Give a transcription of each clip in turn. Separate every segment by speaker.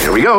Speaker 1: Here we go.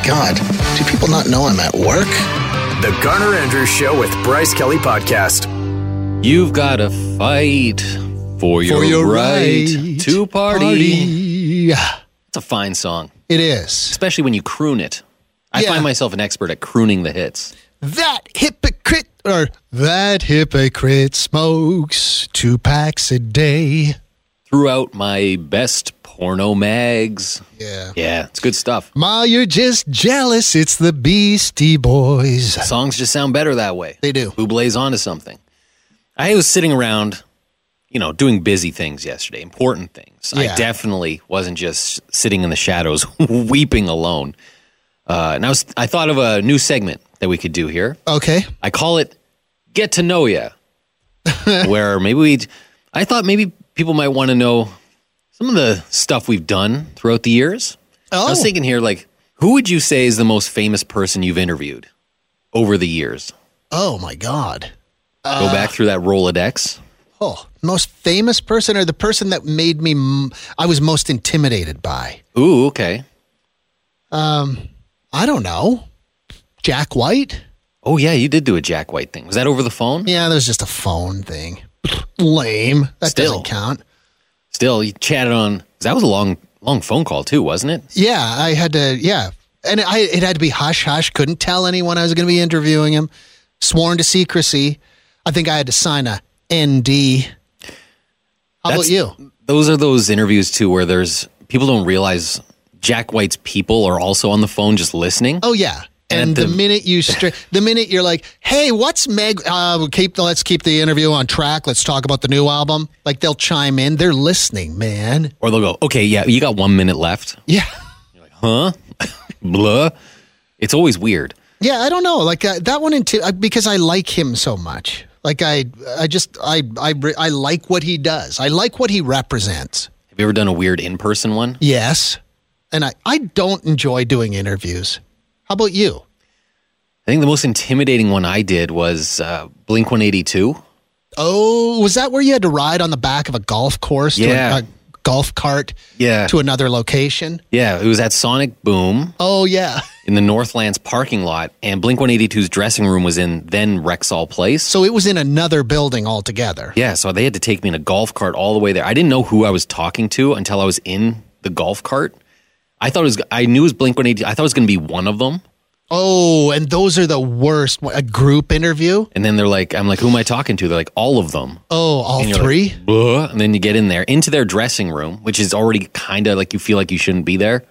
Speaker 2: God, do people not know I'm at work?
Speaker 1: The Garner Andrews Show with Bryce Kelly Podcast.
Speaker 3: You've got to fight for your, right, to party.
Speaker 2: Party.
Speaker 3: It's a fine song,
Speaker 2: It is.
Speaker 3: especially when you croon it. I
Speaker 2: Yeah.
Speaker 3: find myself an expert at crooning the hits.
Speaker 2: That hypocrite or that hypocrite smokes two packs a day.
Speaker 3: Threw out my best porno mags.
Speaker 2: Yeah.
Speaker 3: Yeah, it's good stuff.
Speaker 2: Ma, you're just jealous. It's the Beastie Boys.
Speaker 3: Songs just sound better that way.
Speaker 2: They do.
Speaker 3: Bublé's onto something. I was sitting around, you know, doing busy things yesterday, important things. I
Speaker 2: Yeah.
Speaker 3: definitely wasn't just sitting in the shadows weeping alone. Uh, and I was, I thought of a new segment that we could do here.
Speaker 2: Okay.
Speaker 3: I call it "Get to Know Ya," where maybe we. I thought maybe people might want to know some of the stuff we've done throughout the years. I was
Speaker 2: Oh.
Speaker 3: thinking here, like, who would you say is the most famous person you've interviewed over the years?
Speaker 2: Oh my God. Uh,
Speaker 3: Go back through that Rolodex.
Speaker 2: Oh, most famous person or the person that made me, m- I was most intimidated by?
Speaker 3: Ooh, okay.
Speaker 2: I don't know. Jack White?
Speaker 3: Oh yeah, you did do a Jack White thing. Was that over the phone?
Speaker 2: Yeah, there's just a phone thing. Lame. That
Speaker 3: Still.
Speaker 2: doesn't count.
Speaker 3: Still, you chatted on. That was a long, long phone call too, wasn't it?
Speaker 2: Yeah, I had to, yeah. And I, it had to be hush hush. Couldn't tell anyone I was going to be interviewing him. Sworn to secrecy. I think I had to sign a ND. How
Speaker 3: That's-
Speaker 2: about you?
Speaker 3: Those are those interviews too, where there's people don't realize Jack White's people are also on the phone just listening.
Speaker 2: Oh, yeah.
Speaker 3: And
Speaker 2: And,
Speaker 3: the-
Speaker 2: the, minute you stri- the minute you're like, "Hey, what's Meg?" Uh, we'll keep the, let's keep the interview on track. Let's talk about the new album. Like they'll chime in. They're listening, man.
Speaker 3: Or they'll go, okay, yeah, you got one minute left.
Speaker 2: Yeah.
Speaker 3: Huh? Blah. It's always weird.
Speaker 2: Yeah, I don't know. Like uh, that one into uh, because I like him so much. Like I, I just I I re- I like what he does. I like what he represents.
Speaker 3: Have you ever done a weird in person one?
Speaker 2: Yes, and I I don't enjoy doing interviews. How about you?
Speaker 3: I think the most intimidating one I did was uh, Blink 182.
Speaker 2: Oh, was that where you had to ride on the back of a golf course?
Speaker 3: Yeah.
Speaker 2: To a, a golf cart.
Speaker 3: Yeah.
Speaker 2: To another location.
Speaker 3: Yeah, it was at Sonic Boom
Speaker 2: Oh yeah.
Speaker 3: in the Northlands parking lot, and Blink 182's dressing room was in then Rexall Place.
Speaker 2: So it was in another building altogether.
Speaker 3: Yeah, so they had to take me in a golf cart all the way there. I didn't know who I was talking to until I was in the golf cart. I thought it was I knew it was Blink 182. I thought it was going to be one of them.
Speaker 2: Oh, and those are the worst. What, A group interview.
Speaker 3: And then they're like I'm like who am I talking to? They're like all of them.
Speaker 2: Oh, all
Speaker 3: And you're
Speaker 2: three.
Speaker 3: like, "Buh," and then you get in there into their dressing room, which is already kind of like you feel like you shouldn't be there.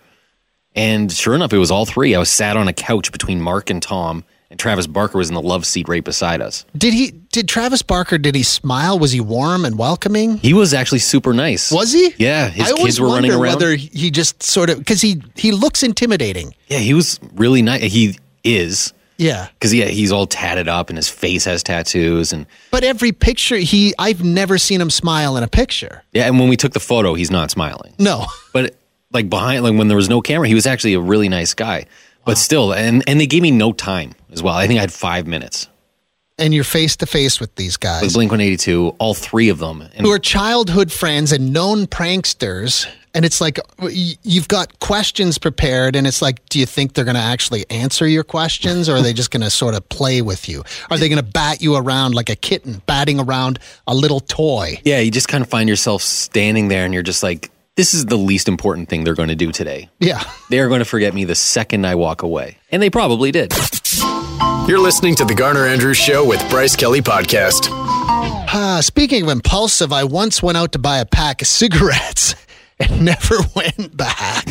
Speaker 3: And sure enough, it was all three. I was sat on a couch between Mark and Tom, and Travis Barker was in the love seat right beside us.
Speaker 2: Did he? Did Travis Barker? Did he smile? Was he warm and welcoming?
Speaker 3: He was actually super nice.
Speaker 2: Was he?
Speaker 3: Yeah, his
Speaker 2: I always
Speaker 3: kids were running
Speaker 2: wonder
Speaker 3: around.
Speaker 2: Whether he just sort of because he he looks intimidating.
Speaker 3: yeah, he was really nice. He is.
Speaker 2: Yeah,
Speaker 3: Because yeah, he's all tatted up and his face has tattoos and
Speaker 2: but every picture he I've never seen him smile in a picture.
Speaker 3: yeah. And when we took the photo, he's not smiling.
Speaker 2: No.
Speaker 3: But like behind, like when there was no camera, he was actually a really nice guy. But still, and and they gave me no time as well. I think I had five minutes
Speaker 2: And you're face to face with these
Speaker 3: with
Speaker 2: guys
Speaker 3: Blink One Eighty Two, all three of them. And
Speaker 2: who are childhood friends and known pranksters. And it's like y- you've got questions prepared, and it's like, do you think they're going to actually answer your questions, or are they just going to sort of play with you? Are they going to bat you around like a kitten batting around a little toy?
Speaker 3: yeah, you just kind of find yourself standing there, and you're just like, this is the least important thing they're going to do today.
Speaker 2: Yeah.
Speaker 3: They are going to forget me the second I walk away, and they probably did.
Speaker 1: You're listening to The Garner Andrews Show with Bryce Kelly Podcast.
Speaker 2: Uh, speaking of impulsive, I once went out to buy a pack of cigarettes and never went back.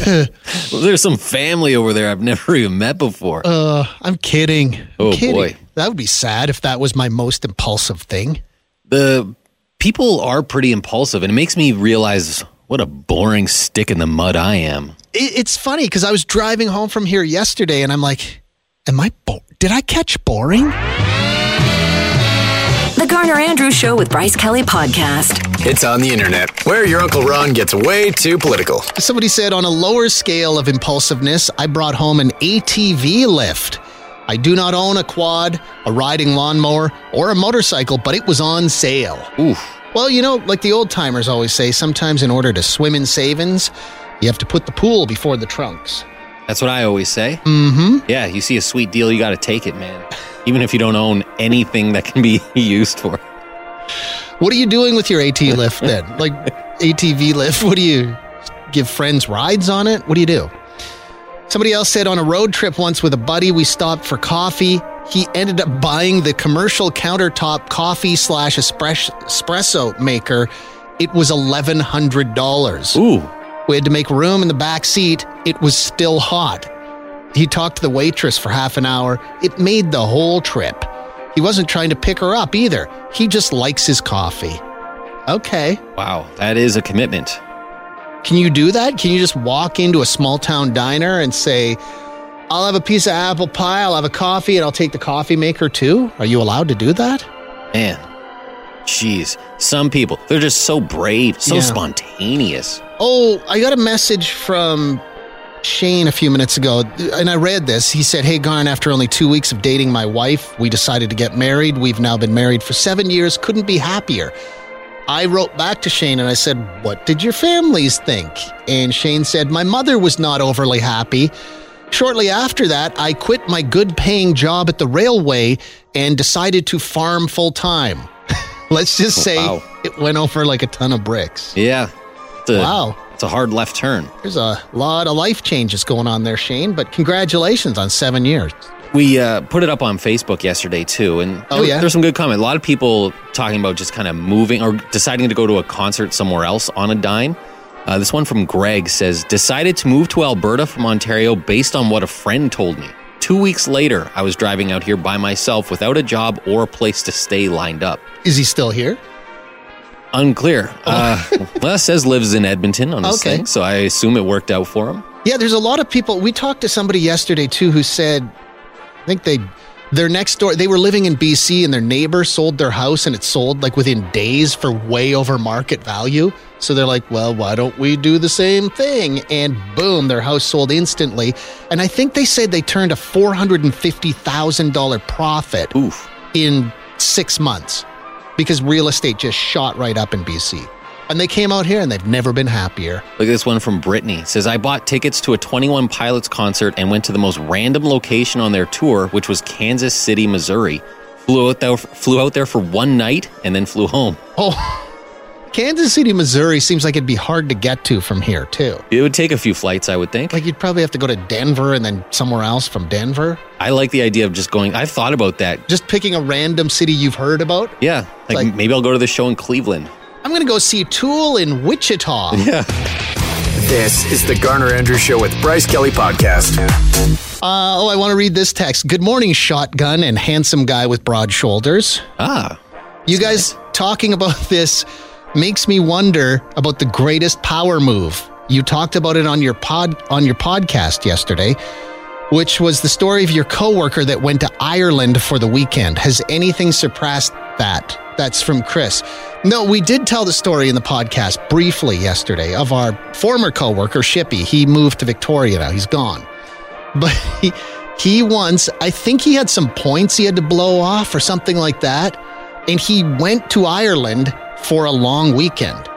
Speaker 3: Well, there's some family over there I've never even met before.
Speaker 2: Uh. I'm kidding. I'm
Speaker 3: Oh,
Speaker 2: kidding.
Speaker 3: boy.
Speaker 2: That would be sad if that was my most impulsive thing.
Speaker 3: the people are pretty impulsive and it makes me realize What a boring stick in the mud I am.
Speaker 2: it, it's funny because I was driving home from here yesterday, and I'm like, "Am I bo- Did I catch boring?"
Speaker 4: The Garner Andrews Show with Bryce Kelly Podcast.
Speaker 1: It's on the internet, where your Uncle Ron gets way too political.
Speaker 2: Somebody said on a lower scale of impulsiveness, I brought home an ATV lift. I do not own a quad, a riding lawnmower, or a motorcycle, but it was on sale.
Speaker 3: Oof.
Speaker 2: Well, you know, like the old timers always say, sometimes in order to swim in savings, you have to put the pool before the trunks.
Speaker 3: That's what I always say. Mm-hmm. Yeah, you see a sweet deal, you got to take it, man. Even if you don't own anything that can be used for.
Speaker 2: What are you doing with your AT lift then? Like ATV lift, what do you give friends rides on it? What do you do? Somebody else said on a road trip once with a buddy, we stopped for coffee. He ended up buying the commercial countertop coffee slash espres- espresso maker. It was eleven hundred dollars.
Speaker 3: Ooh.
Speaker 2: We had to make room in the back seat. It was still hot. He talked to the waitress for half an hour. It made the whole trip. He wasn't trying to pick her up either. He just likes his coffee. Okay.
Speaker 3: Wow. That is a commitment.
Speaker 2: Can you do that? Can you just walk into a small town diner and say, I'll have a piece of apple pie, I'll have a coffee, and I'll take the coffee maker too? Are you allowed to do that?
Speaker 3: Man. Jeez. Some people, they're just so brave, so
Speaker 2: Yeah.
Speaker 3: spontaneous.
Speaker 2: Oh, I got a message from Shane a few minutes ago, and I read this. He said, Hey, Garn, after only two weeks of dating my wife, we decided to get married. We've now been married for seven years. Couldn't be happier. I wrote back to Shane and I said, What did your families think? And Shane said, My mother was not overly happy. Shortly after that, I quit my good paying job at the railway and decided to farm full time. Let's just say
Speaker 3: Wow.
Speaker 2: it went over like a ton of bricks.
Speaker 3: Yeah. It's a,
Speaker 2: Wow.
Speaker 3: It's a hard left turn.
Speaker 2: There's a lot of life changes going on there, Shane, but congratulations on seven years.
Speaker 3: We uh, put it up on Facebook yesterday too, and
Speaker 2: Oh,
Speaker 3: there-
Speaker 2: yeah?
Speaker 3: there's some good comment. A lot of people talking about just kind of moving or deciding to go to a concert somewhere else on a dime. Uh, this one from Greg says, "Decided to move to Alberta from Ontario based on what a friend told me. Two weeks later, I was driving out here by myself without a job or a place to stay lined up.
Speaker 2: Is he still here?
Speaker 3: Unclear. Uh, Les says lives in Edmonton on this
Speaker 2: Oh. Okay.
Speaker 3: thing, so I assume it worked out for him.
Speaker 2: Yeah, there's a lot of people. We talked to somebody yesterday too who said, I think they, their next door, they were living in BC and their neighbor sold their house and it sold like within days for way over market value. So they're like, well, why don't we do the same thing? And boom, their house sold instantly. And I think they said they turned a $450,000 profit
Speaker 3: Oof.
Speaker 2: in six months because real estate just shot right up in BC. And they came out here and they've never been happier.
Speaker 3: Look at this one from Brittany. It says I bought tickets to a 21 Pilots concert and went to the most random location on their tour, which was Kansas City, Missouri. Flew out there, flew out there for one night and then flew home.
Speaker 2: Oh, Kansas City, Missouri seems like it'd be hard to get to from here, too.
Speaker 3: It would take a few flights, I would think.
Speaker 2: Like you'd probably have to go to Denver and then somewhere else from Denver.
Speaker 3: I like the idea of just going. I've thought about that.
Speaker 2: Just picking a random city you've heard about.
Speaker 3: Yeah, like,
Speaker 2: Like-
Speaker 3: maybe I'll go to the show in Cleveland.
Speaker 2: I'm going to go see Tool in Wichita.
Speaker 1: This is the Garner Andrews Show with Bryce Kelly Podcast.
Speaker 2: Uh, oh, I want to read this text. Good morning, shotgun and handsome guy with broad shoulders.
Speaker 3: Ah,
Speaker 2: You guys talking about this makes me wonder about the greatest power move. You talked about it on your pod on your podcast yesterday, which was the story of your coworker that went to Ireland for the weekend. Has anything surpassed that? That's from Chris. No, we did tell the story in the podcast briefly yesterday of our former coworker Shippy. He moved to Victoria now. He's gone but he, he once, I think he had some points he had to blow off or something like that. And he went to Ireland for a long weekend.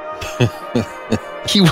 Speaker 2: he went.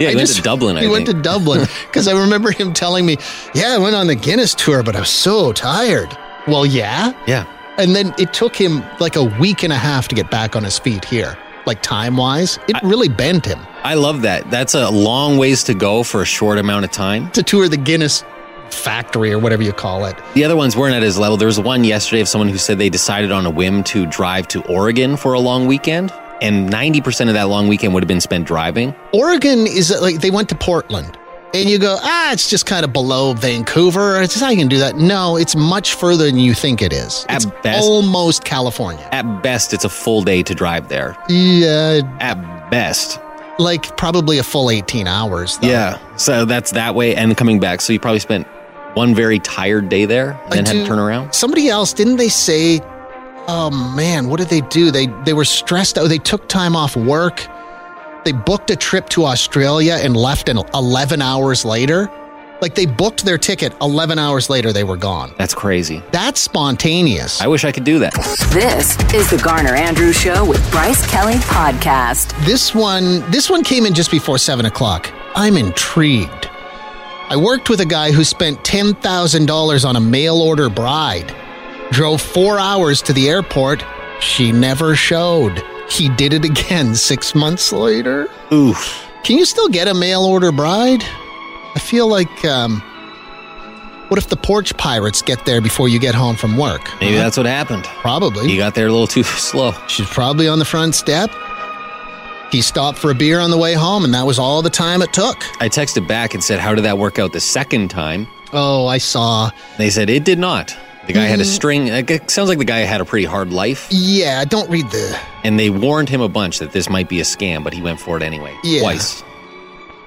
Speaker 3: yeah,
Speaker 2: I
Speaker 3: you went
Speaker 2: just-
Speaker 3: to Dublin. I
Speaker 2: He
Speaker 3: think.
Speaker 2: went to Dublin because I remember him telling me, "Yeah, I went on the Guinness tour, but I was so tired." Well, yeah,
Speaker 3: yeah,
Speaker 2: and then it took him like a week and a half to get back on his feet here. Like time wise, it really bent him
Speaker 3: I love that. That's a long ways to go for a short amount of time.
Speaker 2: to tour the Guinness factory or whatever you call it.
Speaker 3: The other ones weren't at his level. There was one yesterday of someone who said they decided on a whim to drive to Oregon for a long weekend, and 90% of that long weekend would have been spent driving.
Speaker 2: Oregon is uh, like they went to Portland. And you go, ah, it's just kind of below Vancouver. It's I can do that. No, it's much further than you think it is.
Speaker 3: At
Speaker 2: It's
Speaker 3: best-
Speaker 2: almost California.
Speaker 3: At best, it's a full day to drive there.
Speaker 2: Yeah,
Speaker 3: At best.
Speaker 2: like probably a full 18 hours. Though.
Speaker 3: Yeah. So that's that way and coming back. So you probably spent one very tired day there and
Speaker 2: I
Speaker 3: then had to
Speaker 2: do-
Speaker 3: turn around.
Speaker 2: Somebody else didn't they say? Oh man, what did they do? They they were stressed out. They took time off work. They booked a trip to Australia and left an 11 hours later. Like they booked their ticket 11 hours later they were gone.
Speaker 3: That's crazy.
Speaker 2: That's spontaneous.
Speaker 3: I wish I could do that.
Speaker 4: This is the Garner Andrews Show with Bryce Kelly Podcast.
Speaker 2: This one, this one came in just before seven o'clock. I'm intrigued. I worked with a guy who spent ten thousand dollars on a mail order bride. Drove four hours to the airport. She never showed. He did it again six months later.
Speaker 3: Oof.
Speaker 2: Can you still get a mail order bride? I feel like, um, what if the porch pirates get there before you get home from work?
Speaker 3: Maybe that's what happened.
Speaker 2: Probably.
Speaker 3: You got there a little too slow.
Speaker 2: She's probably on the front step. He stopped for a beer on the way home, and that was all the time it took.
Speaker 3: I texted back and said, How did that work out the second time?
Speaker 2: Oh, I saw.
Speaker 3: They said, It did not. The guy
Speaker 2: Mm-hmm.
Speaker 3: had a string. It sounds like the guy had a pretty hard life.
Speaker 2: Yeah, don't read the.
Speaker 3: And they warned him a bunch that this might be a scam, but he went for it anyway.
Speaker 2: Yeah.
Speaker 3: Twice.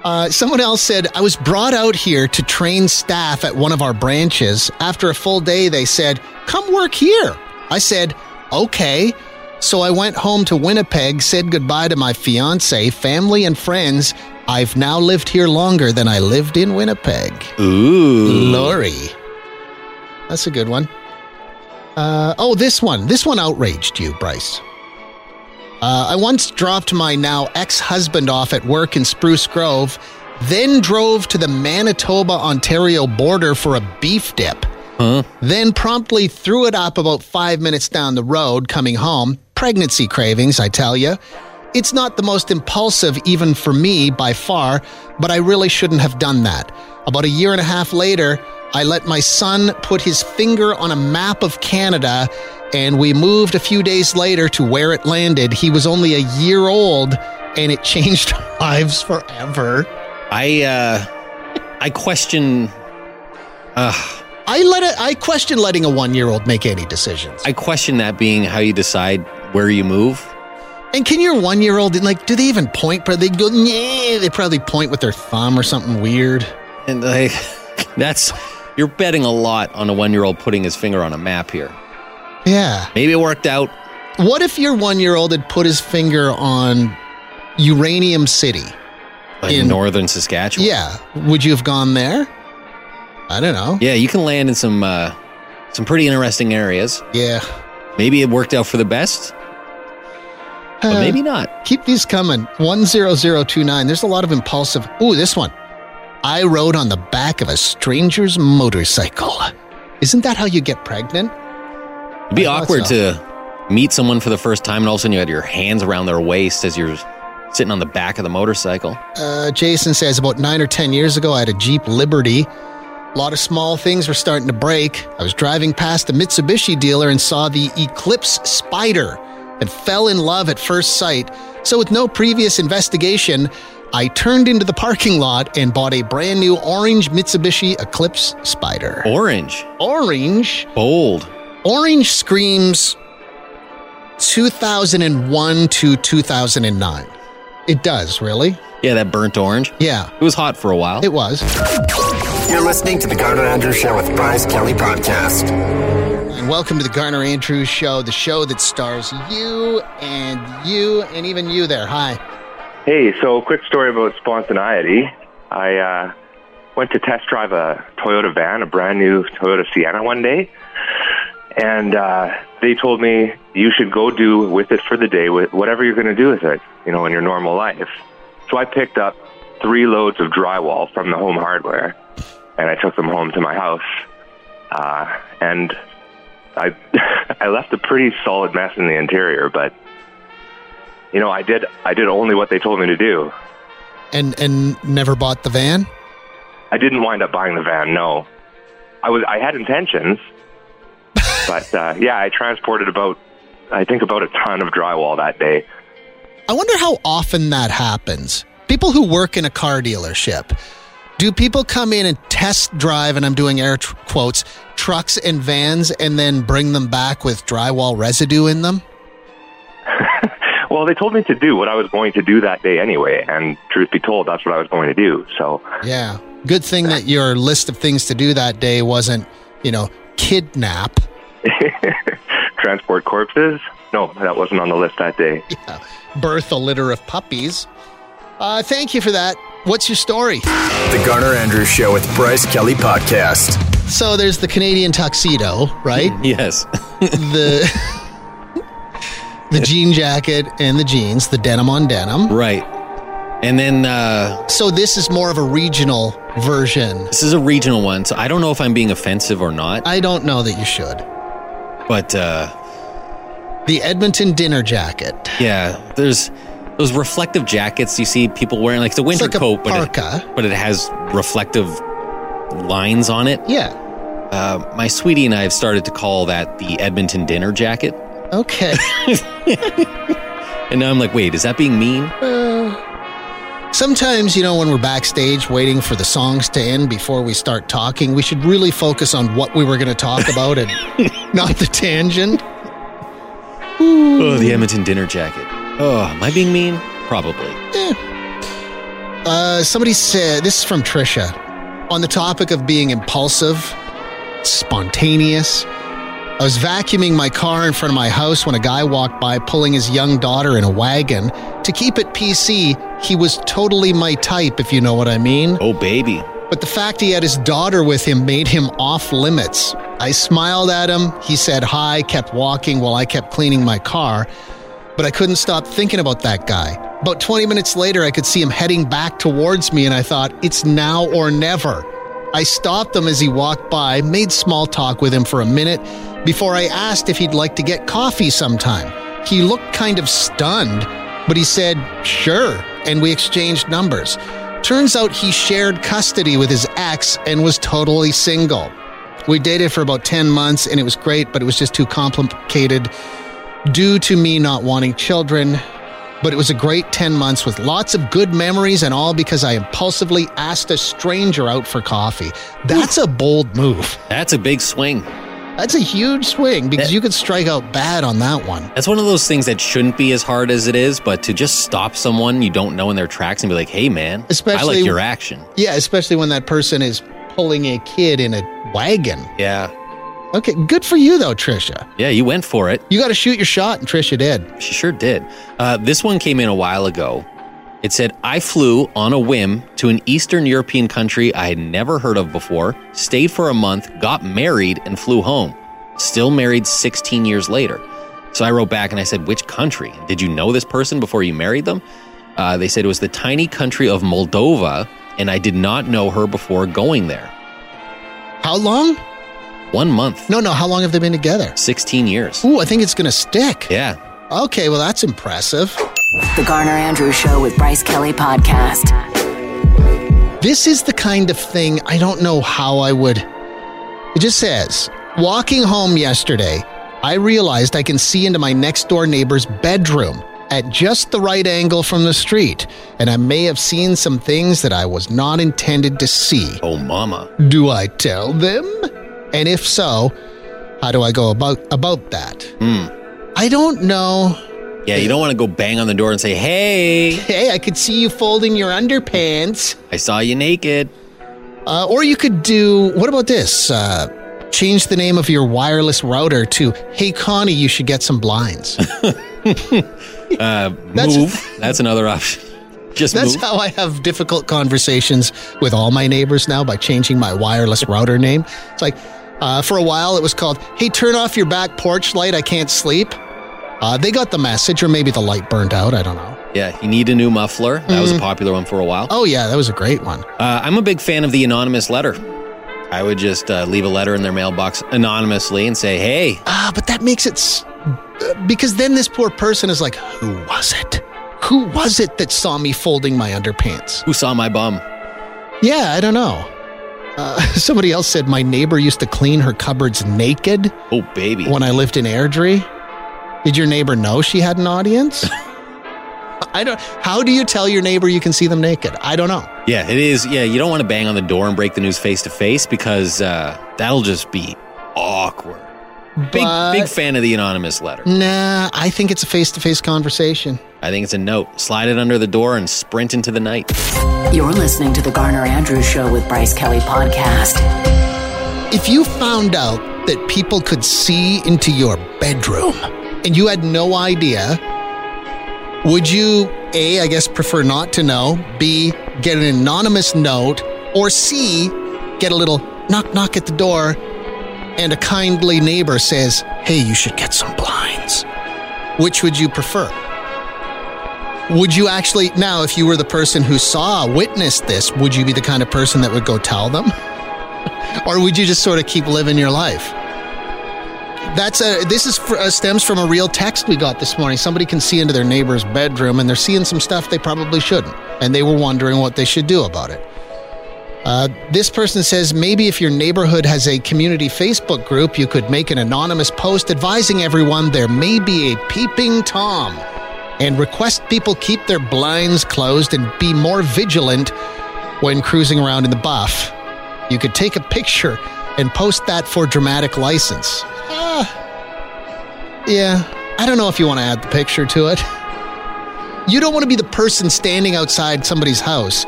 Speaker 2: Uh, someone else said, I was brought out here to train staff at one of our branches. After a full day, they said, Come work here. I said, Okay. So I went home to Winnipeg, said goodbye to my fiance, family, and friends. I've now lived here longer than I lived in Winnipeg.
Speaker 3: Ooh.
Speaker 2: Lori. That's a good one. Uh, oh, this one. This one outraged you, Bryce. Uh, I once dropped my now ex husband off at work in Spruce Grove, then drove to the Manitoba Ontario border for a beef dip. Then promptly threw it up about five minutes down the road coming home. Pregnancy cravings, I tell you. It's not the most impulsive, even for me, by far, but I really shouldn't have done that. About a year and a half later, I let my son put his finger on a map of Canada, and we moved a few days later to where it landed. He was only a year old, and it changed our lives forever.
Speaker 3: I, uh, I question.
Speaker 2: I let it, I question letting a one year old make any decisions.
Speaker 3: I question that being how you decide where you move.
Speaker 2: And can your one year old like do they even point? But they go, yeah, they probably point with their thumb or something weird.
Speaker 3: And like, that's. You're betting a lot on a one year old putting his finger on a map here.
Speaker 2: Yeah.
Speaker 3: Maybe it worked out.
Speaker 2: What if your one year old had put his finger on Uranium City?
Speaker 3: Like
Speaker 2: In-
Speaker 3: in northern Saskatchewan.
Speaker 2: Yeah. Would you have gone there? I don't know.
Speaker 3: Yeah, you can land in some uh, some pretty interesting areas.
Speaker 2: Yeah.
Speaker 3: Maybe it worked out for the best, but
Speaker 2: Uh,
Speaker 3: maybe not.
Speaker 2: Keep these coming. 10029. There's a lot of impulsive. Ooh, this one. I rode on the back of a stranger's motorcycle. Isn't that how you get pregnant?
Speaker 3: It'd be
Speaker 2: I thought
Speaker 3: awkward
Speaker 2: so.
Speaker 3: to meet someone for the first time, and all of a sudden you had your hands around their waist as you're sitting on the back of the motorcycle.
Speaker 2: Uh, Jason says about nine or ten years ago, I had a Jeep Liberty. A lot of small things were starting to break. I was driving past a Mitsubishi dealer and saw the Eclipse Spider and fell in love at first sight. So, with no previous investigation, I turned into the parking lot and bought a brand new orange Mitsubishi Eclipse Spider.
Speaker 3: Orange,
Speaker 2: Orange?
Speaker 3: bold.
Speaker 2: Orange screams 2001 to 2009. It does, really?
Speaker 3: Yeah, that burnt orange.
Speaker 2: Yeah,
Speaker 3: It was hot for a while.
Speaker 2: it was.
Speaker 1: You're listening to the Garner Andrews Show with Bryce Kelly Podcast.
Speaker 2: And welcome to the Garner Andrews Show, the show that stars you and you and even you there. Hi.
Speaker 5: Hey, so quick story about spontaneity. I uh, went to test drive a Toyota van, a brand new Toyota Sienna one day, and uh, they told me you should go do with it for the day with whatever you're going to do with it, you know, in your normal life. So I picked up three loads of drywall from the home hardware, and I took them home to my house, uh, and I I left a pretty solid mess in the interior, but you know, I did I did only what they told me to do.
Speaker 2: And and never bought the van?
Speaker 5: I didn't wind up buying the van. No, I was. I had intentions, but uh, yeah, I transported about, I think about a ton of drywall that day.
Speaker 2: I wonder how often that happens. People who work in a car dealership, do people come in and test drive, and I'm doing air tr- quotes, trucks and vans, and then bring them back with drywall residue in them?
Speaker 5: well, they told me to do what I was going to do that day anyway, and truth be told, that's what I was going to do. So,
Speaker 2: Yeah. Good thing that your list of things to do that day wasn't, you know, kidnap.
Speaker 5: transport corpses? No, that wasn't on the list that day.
Speaker 2: uh, birth a litter of puppies. Uh, thank you for that. What's your story?
Speaker 1: The Garner Andrews Show with Bryce Kelly Podcast.
Speaker 2: So there's the Canadian tuxedo, right?
Speaker 3: Yes. Hmm.
Speaker 2: the the jean jacket and the jeans, the denim on denim.
Speaker 3: right. And then uh,
Speaker 2: So this is more of a regional version.
Speaker 3: this is a regional one, so I don't know if I'm being offensive or not,
Speaker 2: I don't know that you should.
Speaker 3: but uh,
Speaker 2: The Edmonton dinner jacket.
Speaker 3: yeah, there's those reflective jackets you see people wearing, like the winter
Speaker 2: like a
Speaker 3: coat, but
Speaker 2: parka.
Speaker 3: it, but it has reflective lines on it.
Speaker 2: Yeah.
Speaker 3: Uh, my sweetie and I have started to call that the Edmonton dinner jacket,
Speaker 2: Okay.
Speaker 3: and now I'm like, wait, is that being mean?
Speaker 2: Sometimes, you know, when we're backstage waiting for the songs to end before we start talking, we should really focus on what we were going to talk about and not the tangent.
Speaker 3: Oh, the Edmonton dinner jacket. Oh, am I being mean? Probably.
Speaker 2: Uh, somebody said this is from Trisha on the topic of being impulsive, spontaneous. I was vacuuming my car in front of my house when a guy walked by pulling his young daughter in a wagon. To keep it PC, he was totally my type, if you know what I mean.
Speaker 3: Oh, baby.
Speaker 2: But the fact he had his daughter with him made him off limits. I smiled at him. He said hi, kept walking while I kept cleaning my car. But I couldn't stop thinking about that guy. About 20 minutes later, I could see him heading back towards me, and I thought, it's now or never. I stopped him as he walked by, made small talk with him for a minute before I asked if he'd like to get coffee sometime. He looked kind of stunned, but he said, sure, and we exchanged numbers. Turns out he shared custody with his ex and was totally single. We dated for about 10 months and it was great, but it was just too complicated due to me not wanting children. But it was a great 10 months with lots of good memories and all because I impulsively asked a stranger out for coffee. That's a bold move.
Speaker 3: That's a big swing.
Speaker 2: That's a huge swing because
Speaker 3: That-
Speaker 2: you could strike out bad on that one.
Speaker 3: That's one of those things that shouldn't be as hard as it is, but to just stop someone you don't know in their tracks and be like, hey, man, I
Speaker 2: Especially-
Speaker 3: like your action.
Speaker 2: Yeah, especially when that person is pulling a kid in a wagon.
Speaker 3: Yeah.
Speaker 2: Okay, good for you though, Trisha.
Speaker 3: Yeah, you went for it.
Speaker 2: You got to shoot your shot, and Trisha did.
Speaker 3: She sure did. Uh, this one came in a while ago. It said, I flew on a whim to an Eastern European country I had never heard of before, stayed for a month, got married, and flew home. Still married 16 years later. So I wrote back and I said, Which country? Did you know this person before you married them? Uh, they said it was the tiny country of Moldova, and I did not know her before going there.
Speaker 2: How long?
Speaker 3: One month,
Speaker 2: No, no, how long have they been together?
Speaker 3: 16 years.
Speaker 2: Ooh, I think it's going to stick.
Speaker 3: Yeah.
Speaker 2: Okay, well, that's impressive.
Speaker 4: The Garner Andrews Show with Bryce Kelly Podcast.
Speaker 2: This is the kind of thing I don't know how I would. It just says, walking home yesterday, I realized I can see into my next door neighbor's bedroom at just the right angle from the street, and I may have seen some things that I was not intended to see.
Speaker 3: Oh, mama.
Speaker 2: Do I tell them? And if so, how do I go about about that? I don't know.
Speaker 3: Yeah, you don't want to go bang on the door and say, Hey,
Speaker 2: Hey, I could see you folding your underpants.
Speaker 3: I saw you naked.
Speaker 2: Uh, or you could do what about this? Uh, change the name of your wireless router to "Hey Connie, you should get some blinds." That's-
Speaker 3: move. That's another option. Just
Speaker 2: That's
Speaker 3: move.
Speaker 2: how I have difficult conversations with all my neighbors now by changing my wireless router name. It's like uh, for a while it was called "Hey, turn off your back porch light. I can't sleep." Uh, they got the message, or maybe the light burned out. I don't know.
Speaker 3: yeah, you need a new muffler. That
Speaker 2: Mm-hmm.
Speaker 3: was a popular one for a while.
Speaker 2: Oh yeah, that was a great one.
Speaker 3: Uh, I'm a big fan of the anonymous letter. I would just uh, leave a letter in their mailbox anonymously and say, "Hey,
Speaker 2: Ah, but that makes it s- uh, because then this poor person is like, "Who was it? Who was it that saw me folding my underpants?"
Speaker 3: who saw my bum?"
Speaker 2: Yeah, I don't know. Uh, somebody else said my neighbor used to clean her cupboards naked
Speaker 3: Oh, baby.
Speaker 2: when I lived in Airdrie. Did your neighbor know she had an audience? I don't. How do you tell your neighbor you can see them naked? I don't know.
Speaker 3: Yeah, it is. Yeah, you don't want to bang on the door and break the news face to face because uh, that'll just be awkward. Big
Speaker 2: But-
Speaker 3: big fan of the anonymous letter.
Speaker 2: Nah, I think it's a face to face conversation.
Speaker 3: I think it's a note. Slide it under the door and sprint into the night.
Speaker 4: You're listening to The Garner Andrews Show with Bryce Kelly Podcast.
Speaker 2: If you found out that people could see into your bedroom and you had no idea, would you A, I guess prefer not to know, B, get an anonymous note, or C, get a little knock knock at the door and a kindly neighbor says, hey, you should get some blinds? Which would you prefer? Would you actually, now, if you were the person who saw, witnessed this, would you be the kind of person that would go tell them? or would you just sort of keep living your life? That's a. This is fr- uh, stems from a real text we got this morning. Somebody can see into their neighbor's bedroom, and they're seeing some stuff they probably shouldn't, and they were wondering what they should do about it. Uh, this person says maybe if your neighborhood has a community Facebook group, you could make an anonymous post advising everyone there may be a peeping tom, and request people keep their blinds closed and be more vigilant when cruising around in the buff. You could take a picture and post that for dramatic license. Ah, yeah, I don't know if you want to add the picture to it. You don't want to be the person standing outside somebody's house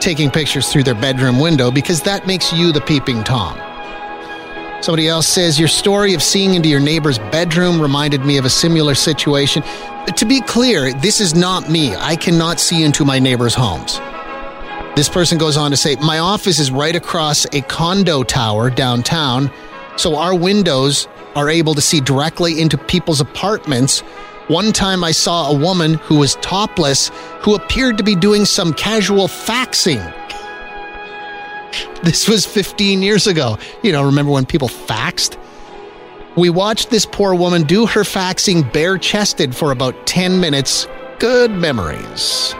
Speaker 2: taking pictures through their bedroom window because that makes you the peeping Tom. Somebody else says, Your story of seeing into your neighbor's bedroom reminded me of a similar situation. To be clear, this is not me. I cannot see into my neighbor's homes. This person goes on to say, My office is right across a condo tower downtown, so our windows are able to see directly into people's apartments. One time I saw a woman who was topless who appeared to be doing some casual faxing. This was 15 years ago. You know, remember when people faxed? We watched this poor woman do her faxing bare chested for about 10 minutes. Good memories.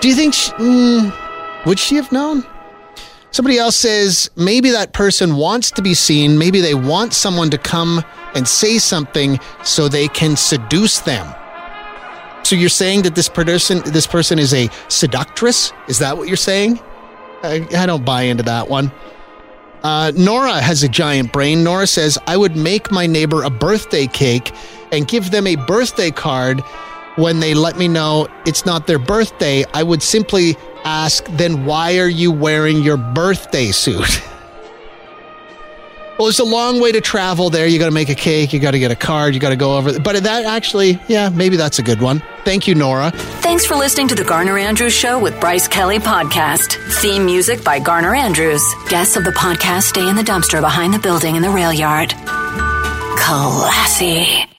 Speaker 2: Do you think she, mm, would she have known? Somebody else says maybe that person wants to be seen. Maybe they want someone to come and say something so they can seduce them. So you're saying that this person, this person is a seductress? Is that what you're saying? I, I don't buy into that one. Uh, Nora has a giant brain. Nora says, I would make my neighbor a birthday cake and give them a birthday card. When they let me know it's not their birthday, I would simply ask, then why are you wearing your birthday suit? well, it's a long way to travel there. You got to make a cake, you got to get a card, you got to go over. But that actually, yeah, maybe that's a good one. Thank you, Nora.
Speaker 4: Thanks for listening to The Garner Andrews Show with Bryce Kelly Podcast. Theme music by Garner Andrews. Guests of the podcast stay in the dumpster behind the building in the rail yard. Classy.